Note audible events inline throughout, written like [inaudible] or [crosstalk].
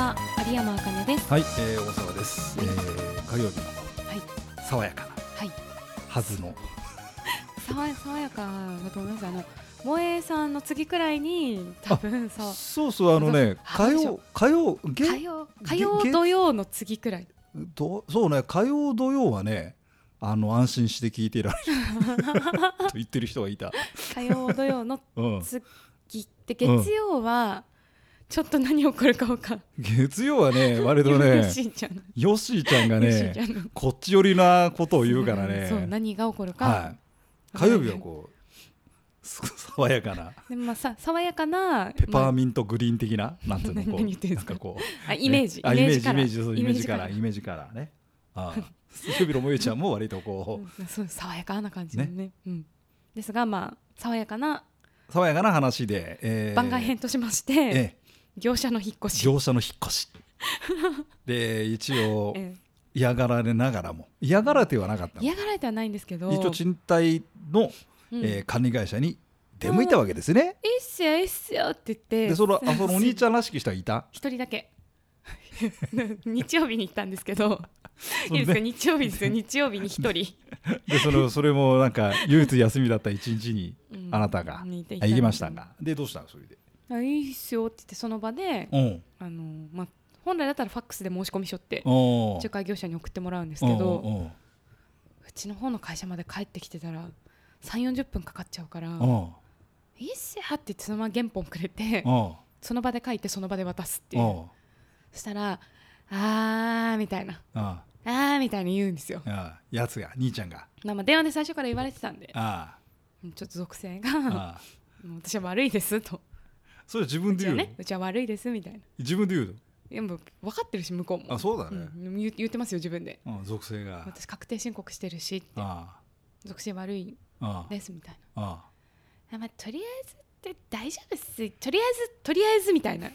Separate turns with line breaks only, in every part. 間あかねです。
はい、えー、大沢です、
はい
えー火曜日の
はい。
爽やかな
はい。
はずの
爽や爽やかだと思います。あの萌えさんの次くらいに多分そう
そうそうあのね
あ
火曜火曜
火
げ
曜
げ
火曜
げ
土曜の次くらい。
どそうね火曜土曜はねあの安心して聞いていられ [laughs] ると言ってる人がいた、
火曜土曜の
うん、
[laughs] 次って月曜はちょっと何起こるかわかん
月曜はね割と
ない。
ね
嬉しいじゃん。
ヨシーちゃんが
嬉しいじゃ
ね
ん。
こっち寄りなことを言うからね
そう何が起こるか。
はい、火曜日はこうす爽やかな
でもまあさ爽やかな
ペパー
ま
ミントグリーン的 [laughs] な、なんつうのこう
何言ってん
な
す
ん
か
かこう
ああイメージ
ねあイメージイ
か
メ
ら
ージそうイメージからイ
イメージ
メージからねああ日曜日のもゆちゃんも割と
う
こ
んそう爽やかな感じだね。うん。ですがまあ爽やかな [laughs]
う爽やかな話で、えー
番外編としまして、
ええ
業者の引っ越し。
業者の引っ越
[laughs]
しで一応
え
嫌がられながらも嫌がられてはなかった
え
の
嫌がられてはないんですけど。
一応賃貸の、
うん
えー管理会社に出向いたわけですね、
いいっすよいいっすよって言って
で
[laughs]
そのあそのお兄ち
ゃん
ゃんらしき人はいた
一人だけ [laughs] 日曜日に行ったんですけど
[laughs] そ
いいで
れ
すか
で
日曜日ですよ日曜日に一
[laughs]
人、
でそのそれもなんか唯一休みだった一日に
うん
あなたが
行って
あ行きましたがでどうしたのそれで
あいいっすよって言ってその場で
うん
あの、まあ、本来だったらファックスで申し込み書って
お
仲介業者に送ってもらうんですけど
うんうんうん
うちの方の会社まで帰ってきてたら3四4 0分かかっちゃうから
うん
「いいっすよ」って言ってそのまま原本くれて
うん
その場で書いてその場で渡すっていううんそしたら「あー」みたいな
あ
「あー」みたいに言うんですよ
あああやつが兄ちゃんが
まあまあ電話で最初から言われてたんで
あ
うんちょっと属性
あ
が
ああ
「もう私は悪いです」と
それ自
「う
分で
ち
言
は
うの
ねうちは悪いです」みたいな
自分で言う
でも分かってるし向こう
の
も
あそうだ
う
ね
ん言言ってますよ自分で
うん属性が
私確定申告してるしって
あ
属性悪い
ああ
ですみたい
ああ
なあ、まあ、とりあえずって大丈夫っすとりあえずとりあえずみたいな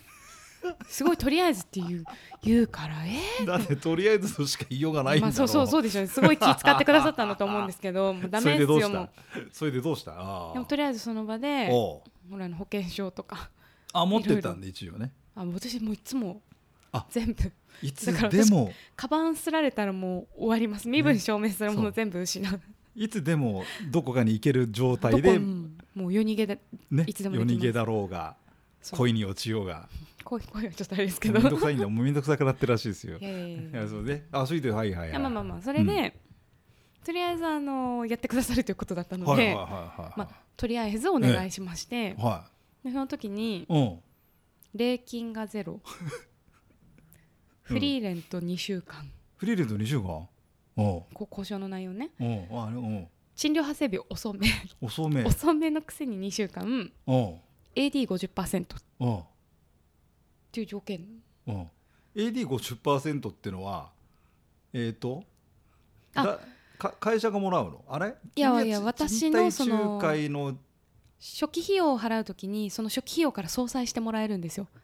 すごいとりあえずって言う言うからえ
あだってとりあえずとしか言いようがないんだ
ま
ろ
あ、そうそうそうでしょうねすごい気使ってくださったんだと思うんですけ
[laughs]
どもうダ
そ
メ
れ
で
ですどう
よ
し
もう
たそれでどうしたああ
でもとりあえずその場で
おう
ほらあの保険証とか
あ持ってったんで一応ね
あ私もういつも
あ
全部
いつ
だから
でも
カバンすられたらもう終わります身分証明するもの全部失う,、
いつでもどこかに行ける状
ど
態
こ
で
うんもう夜逃げで
ね
いつでもで
夜
きます
逃げだろうが
そう
恋に落ちようが
恋恋はちょっとあれですけ
めん
ど
どくさいんだもうめんどくさくなってるらしいですよ
いやいやい
い
や
やそうねあそれではいはい
いや
はい
まあまあまあそれで、とりあえずあのやってくださるということだったので、
はいはいはいはい
まあ、とりあえずお願いしまして、
は
でその時に
いうん
礼金がゼロフリーレント2週間、
フリーレント2週間うん
こ交渉の内容ね
うんあれうん
賃料発生日遅め
遅め
遅めのくせに2週間
うん
AD50% っ
うん
ていう条件
うん AD50% ってのはえっと
あ
だか会社がもらうのあれ
いや
君
いや
ち
私の
賃貸仲介の
初期費用を払うときにその初期費用から相殺してもらえるんですよ
は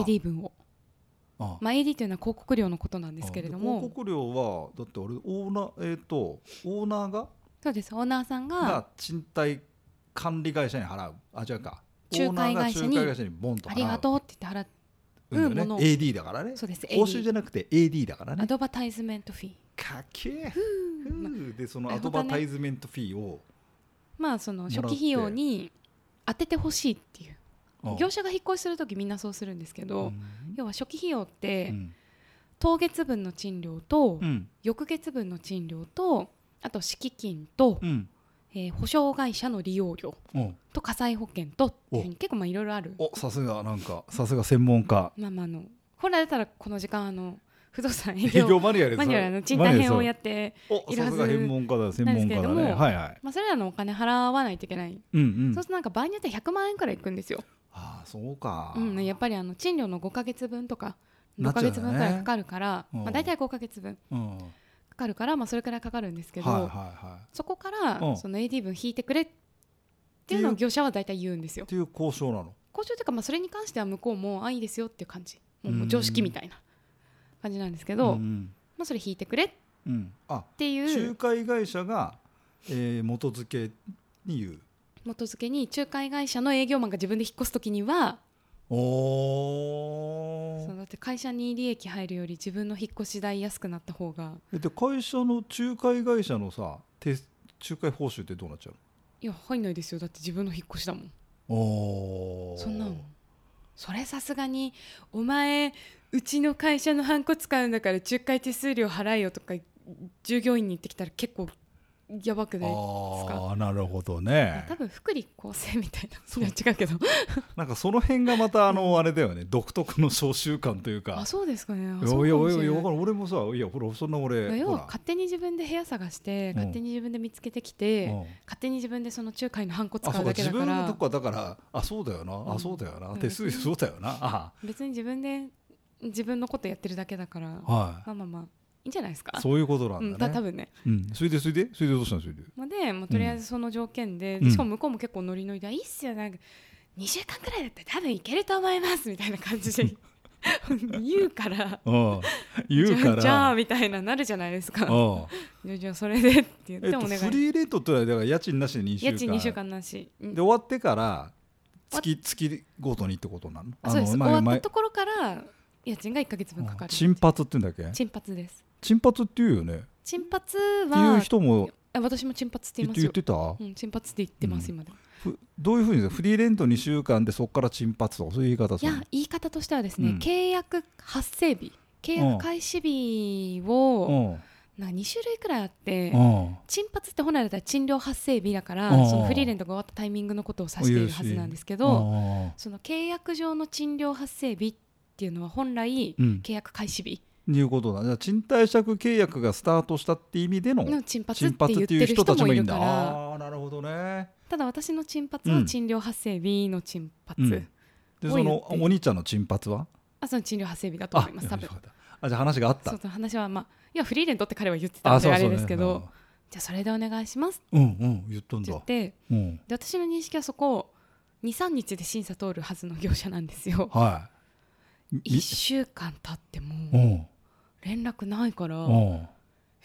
あ
AD 分を、
あ
まあ、AD というのは広告料のことなんですけれど
あで広
も
告料はだってあれオーナーえっとオーナーが
そうですオーナーさんが
が賃貸管理会社に払うあ違うか
仲介会社に
オーナーが仲介会社にボンと
あ
払う
りがとうって言って払
うん
うん
だ
も
よね
のを
AD だからね
うそうです
報酬
AD
じゃなくて AD だから
ア
ね
ドバタイズメントフィー
かっけえ
ふう
ふうでその
あ
アドバタイズメントフィーを、
まあその
もらう
初
っ
期
て
費用に当ててほしいっていう
うん
業者が引っ越しする時みんなそうするんですけ
う
ど、
ん
要は初期費用って、
うん
当月分の賃料と、
うん
翌月分の賃料とあと敷金と、
うん
えー保証会社の利用料
うん
と火災保険とっていうふうに結構まあいろいろある
おさすがなんかさすが専門家
まあまああの本来だったらこの時間あの
[laughs]
不動産営
営
業
業マニュアル
マニュアルの賃貸編をやって、
お
いる
さ
は
す
ず
が専門家だ専門家だ
なんですけ
ね
れども
はいはい
まあ、それらのお金払わないといけない、
うんうん
そうするとなんか場合によって100万円くらいいくんですよ、
ああそうか
うん、やっぱりあの賃料の5か月分とか
な
6
っちゃ
か
うよね
月分くらいかかるから、
うん
まあ、大体5か月分
うんはい
かかるから、まあ、それくらいかかるんですけど、
はいはい
そこから
うん
その AD 分引いてくれっていうのを業者は大体言うんですよ
っていう交渉なの
交渉というか、まあ、それに関しては向こうもあいいですよっていう感じもう
うん
もう常識みたいな感じなんですけど、
うん
ま
うん
あ、それ引いてくれっ
うんあ
ていう
仲介会社が、えー、元付けに言う
元付けに仲介会社の営業マンが自分で引っ越す時には
お
そう
ー
だって会社に利益入るより自分の引っ越し代安くなった方が
えで会社の仲介会社のさて仲介報酬ってどうなっちゃう
いや入んないですよだって自分の引っ越しだもん
のおー
そんなのそれさすがに「お前うちの会社のハンコ使うんだから仲介手数料払えよ」とか従業員に言ってきたら結構やばくない
ああなるほど
あ
ね
多分福利厚生みたいなそ違うけど
なんかその辺がまたあのあれだよね独特の召集感というか
あそうですかねあ
いや
そう
い
かも
や
しれないい
やわかる俺もさいやほらそんな
まあ
俺
要
ほ
は
ら
勝手に自分で部屋探して
ん
勝手に自分で見つけてきて、
うん
勝手に自分でその仲介のハンコ使
あそううか
だけ
自
だか
分の
ら
とこはだからあそうだよな、
う
あ
ん
そうだよな、
うん
手数料そうだよなあ
別に自分で自分のことやってるだけだからま
は
あまあまあいいんじゃないですか
いそういうことなんだね、
うん、た多分ね
うん、それでそれでそれでどうしたのそれで
まあで、まあ、とりあえずその条件で、
うん
しかも向こうも結構ノリノリで「いいっすよなんか2週間くらいだったら多分いけると思います」みたいな感じで [laughs] 言うから [laughs]
うん言う
じ
か
ゃあ
ら
じゃあみたいななるじゃないですか
うん
じゃあじゃあそれでって言っ
えって
お
と
願い、
フリーレントってのはだから家賃なしで2週間
家賃2週間なし、うん
で終わってから月月ごとにってことなの
あそうです
前
終わっ
前
たところから家賃が1か月分かか
あ
る
陳発って言うんだっけ
陳発です
陳発って言うよね
陳発
っていう
は
人も
あ私も陳発って言い
言っ
ま
て
す
言っ
よ
てた、
うん、陳発って言ってます、
う
今でも
ふどういうふうにフリーレント2週間でそこから陳発とかそういう言い方
い
する
や言い方としてはですね、
うん
契約発生日契
うん
約開始日を、
の
なんか2種類くらいあって、
うんうん
賃発って本来だったら賃料発生日だから、
うん
そのフリーレントが終わったタイミングのことを指しているはずなんですけど、
うん
その契約上の賃料発生日っていうのは本来、
うん
契約開始日
いうことだじゃあ賃貸借契約がスタートしたって意味での
の賃発っ
陳
て言
発
っ
って
て
いう
る
人
人
たち
も
も
い
いい
る
んだ
から
ああーなるほどね
ただ私の賃発
う
は
ん
賃料発生日の賃発、
うんで
も
そう
言
の
って
お兄ちゃんの陳発は
あその賃料発生日だと
あ
思います多分
よかったあじゃあ話があった
そうその話はまあいやフリーレントって彼は言ってたんであれですけど、
ね
じゃあそれでお願いします
うんうん言ったん
って言
だ
って
うん
で私の認識はそこ23日で審査通るはずの業者なんですよ
はいみ
1週間経って
う
も
ん
連絡ないから
うん
え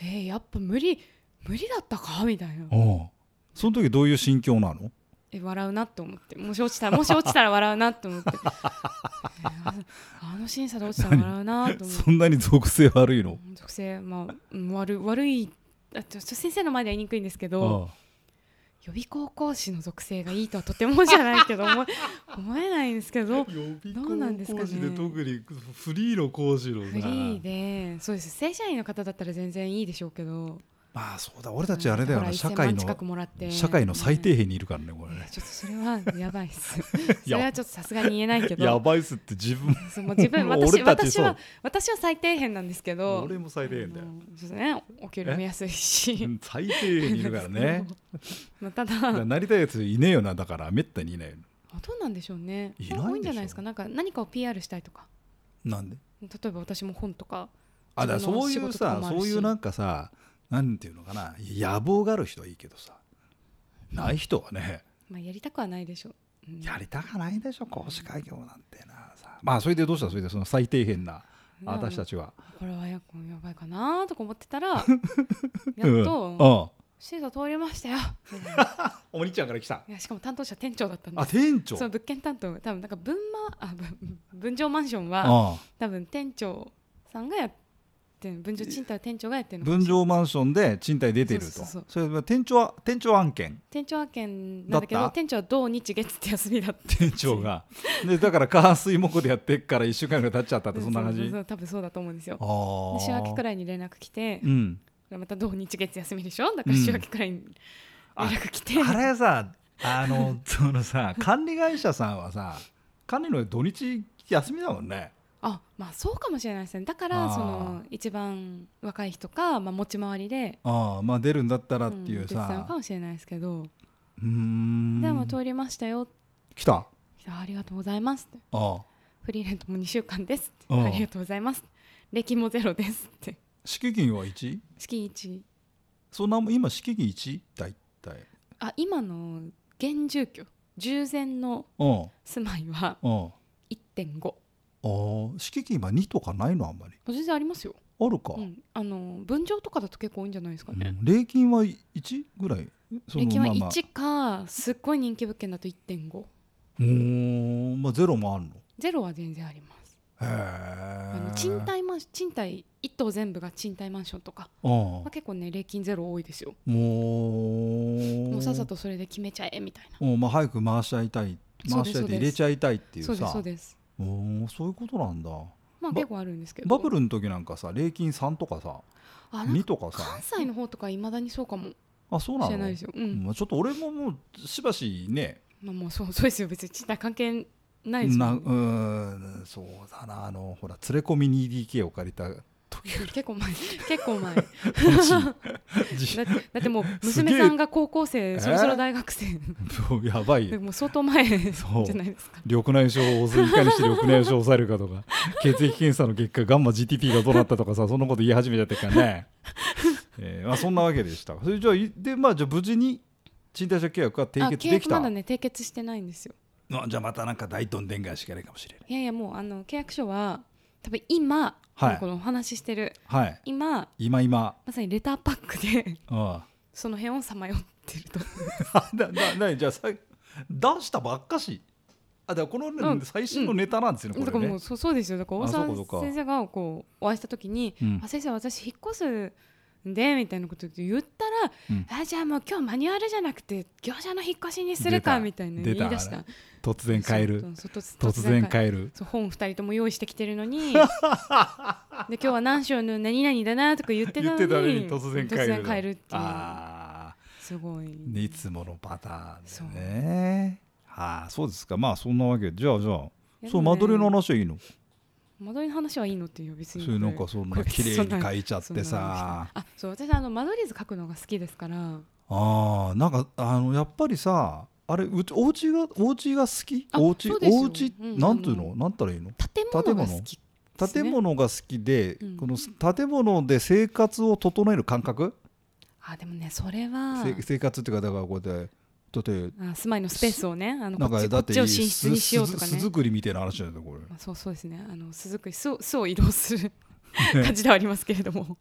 ー、やっぱ無理無理だったかみたいな
うんその時どういう心境なの
え笑うなって思ってもし落ちたらもし落ちたら笑うなって
[laughs]
思って、えーあのあの審査で落ちたら笑うなと思って
そんなに属性悪いの
属性まあうん悪悪いあちょちょ先生の前では言いにくいんですけど、
あ
予備高校師の属性がいいとはとてもじゃないけど思え思えないんですけど
予
どうなんですかね
にフリーの講師の
フリーでそうです正社員の方だったら全然いいでしょうけど
まあそうだ俺たちあれだよ
ほ
な
ら
社
1000
会
万近く
の
もらって
社会の最低辺にいるからねこれ
ね
ね
ちょっとそれはやばいっすそ
い [laughs] や
れはちょっとさすがに言えないけど
やばいっすって自分
そうもう自
[laughs]
分
もう
私
俺た
私
ち
は私は最底辺なんですけど
俺も最低辺だよ
あのそうですねお給料も安い [laughs] し
最低辺にいるから
[laughs]
ね
まあた
だか
だ
らなりたいやついねえよなだからめったにいないよ
あどうなんでしょうね
いないでしょ
多いんじゃないですかなんか何かを PR したいとか
なんで
例えば私も本とか
あだから
自分
そ
の
うい
仕
う
事とか
さ
もあるし
そういうなんかさなんていうのかな野望がある人はいいけどさない人はね
まあやりたくはないでしょう、うん
やりたくないでしょ講師会業なんてなさまあそれでどうしたそれでその最底辺な
まあ
私たちは
これはややばいかなとか思って
[laughs]
たらや
うん
っと
うん
「審査通りましたよ」みたいな
お兄ちゃんから来た
いやしかも担当者店長だったんで
あ
す
店長
そう物件担当多分なんか分まあ分分譲マンションは
あ
多分店長さんがやってん分譲賃貸は店長がやってるのかも
分
しれない
譲マンションで賃貸出てると
そうそうそう
それは店長は店長案件
店長派遣なんだけ
だ
ど
った
店長は土日月って休みだって
店長がでだから火水木でやってっから1週間ぐらい経っちゃったってそんな感
うう
じ
そう多分そうだと思うんですよ
あ
で
あ
週明けくらいに連絡来て
うん
また土日月休みでしょだから
うん
週明けくらいに連絡来て、
あれさ
[laughs]
あのそのさ管理会社さんはさ管理の土日休みだもんね
あまあそうかもしれないですねだから
あー
その一番若い人か、まあ、持ち回りで
ああまあ出るんだったらってい
うん
う
手伝うの
さ
かもしれないですけど
うーん
でも通りましたよ
来たあ
あありがとうございますって
あ
フリーレントも2週間ですって
うん
ありがとうございます歴もゼロですって
敷金は 1?
月1
そんなもん今敷金 1? 大体
あ今の現住居従前の
うん
住まいは
うん
1.5
ああ敷金今2とかないのあんまり
全然ありますよ、
あるか、
うん、あの分譲とかだと結構多いんじゃないですかね、
うん礼金は1ぐらいその
歴は
まあまあ
1かすっごい人気物件だと1.5
うーんまあゼロもあるの
ゼロは全然あります
へえ
あの賃貸マンション賃貸一棟全部が賃貸マンションとか、
ああ
まあ、結構ね礼金ゼロ多いですよ
もう
もうさっさとそれで決めちゃえみたいな
うんまあ、早く回しちゃいたい
そう
回
です
しちゃいたい入れちゃいたいっていう
そうで
さ
すそうです
おーそういうことなんだ
まあ
バ
結構あるんですけど
バブルの時なんかさ礼金3とかさ
あなん
2
か
とかさ
関西の方とかいまだにそうかもし
あそうなの
れないですよ、うん
まあ、ちょっと俺ももうしばしね
まあ、もうそうそうですよ別に賃貸関係ないです
な
も
うん
ね
ーんそうだなあのほら連れ込み 2DK を借りた時より
結構前結構
[laughs]
前だ
楽し
[laughs]
いじ
だってもう
すげえ
娘さんが高校生
え
そろそろ大学生、
そうやばい
で
よ
もう相当前じ
そう
ゃないですか
緑内障をいかにして緑内障を抑えるかとか
[laughs]
血液検査の結果ガンマ GTP がどうなったとかさそんなこと言い始めちゃってっか
[laughs]
らね、えーまあ、そんなわけでしたそれじゃあいで、まあ、じゃあ無事に賃貸借契約が
あ
締結
契
でき
約
た
まだね締結してないんですよ
あじゃあまたなんか大どんでん返しがないかもしれない
いやいやもうあの契約書は多分今、
はい
このお話ししてる
はい
今
今今
まさにレターパックで [laughs]
あ
その辺をさまよってると
あなななじゃあさ出したばっかしあだからこの、ね
うん
最新のネタなんですよね、
だ
こ
か
れ
らも
ね
うそうそうですよだから大
あそ
沢
うかそうか
先生がこうお会いした時に「
うん
あ先生私引っ越すんで」みたいなこと言ったら「
うん
あじゃあもう今日マニュアルじゃなくて業者の引っ越しにする
出
か」
た
みたいな
出
言
た
い出した
突然変える
そうそうそう
突然変える
そう本2人とも用意してきてるの
[laughs]
にで今日は何章の何々だなとか言ってた
言
の
っ
に
てたのに突然変え
突
る
然変えるっていう
ああ
すごい
ねいつものパターンだよね。はあ、そうですか。まあそんなわけでじゃあじゃあ、
や
そ
で
う
も
間
ね
取りの話はいいの。
間取りの話はいいのっていうよ別
そう
に
いうなんかそん
こ
な
れ
綺麗に書いちゃっ
そんな
てさ。
あそう私あの間取り図書くのが好きですから
ああ、なんかあのやっぱりさ、あれうちお家がお家が好き？
あ
お家
そうですよ
お家
うん
なんていう
あ
の？なんたらいいの？
建物が好きですね
建物が好きで、
うん
この建物で生活を整える感覚？
あでもねそれは
せ生活っていうかだからこうやってだって
あ住まいのスペースをねあの
なん
こっ
か
ち
だ
こ
っ
ってちを寝室にしようとか
巣
ね
巣作りみたいな話なんだよこれ。
まあ、そうそうですねあの鈴く巣を巣を移動する [laughs] 感じではありますけれども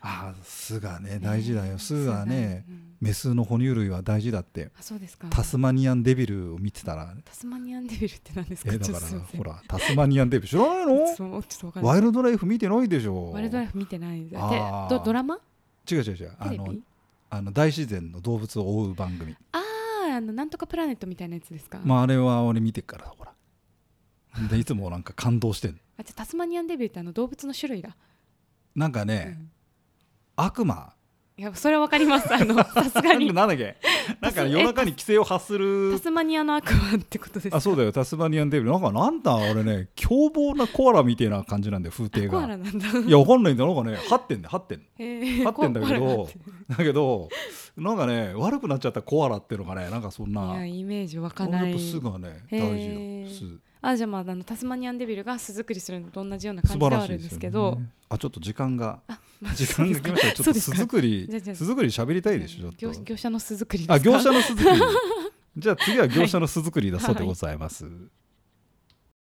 ああ巣がね大事
[laughs]
だよ巣はね
うん
メスの哺乳類は大事だって
あそうですか
タスマニアンデビルを見てたら
タスマニアンデビルって何ですか
え
ち
だ
ょっ
か
とすい
ら
ません
ほらタスマニアンデビル知らないの
ちょっとちょっとわかんない
ワイルドライフ見てないでしょ
ワイルドライフ見てないです
あー
あでドドラマ
違う違う違うあ
テレ
の
ビ
あの大自然の動物を追う番組
あああのなんとかプラネットみたいなやつですか、
まああれは俺見てっからほらでいつもなんか感動してんの
あじゃあタスマニアンデビルってあの動物の種類だ、
なんか
う
ね
ん
悪魔
いやそれはわかりますあ
[laughs]
のさすが
なん
に
かなんだっけなんか夜中に規制を発
[laughs]
す
タ
る
スマニアの悪魔ってことですか
あそうだよタスマニアンデビルなんかなんだ俺ね凶暴なコアラみたいな感じなんだよ風景
コ
が
アラなんだ
[laughs] いや、わかんないんだよ。なんかね、張ってんだよ、張ってんの。張
合
ってんだけど
い、
だけど、なんかね、悪くなっちゃったコアラっていうのがね、なんかそんな。
やイメージ湧か
や
な
っ
い
ぱ巣がね、
へ
大
ー
事
あじゃあまああのタスマニアンデビルが巣作りするのと同じような
だ。巣。
感じ
素晴
で
ら
はあ
しい
るん
で
で
すよ
す
ね
けど、
あ、ちょっと時間が。
あまあ
[laughs] 時間が来ました。ち
そ
ょっ
う
と
です
巣
か
作り
じゃあじゃ、あ
巣作り喋りたいでしょ、ちょ
業
っと。
業者の巣作りですか
あ、業者の巣作り。じゃあ次は業者の巣作りだそうでございます。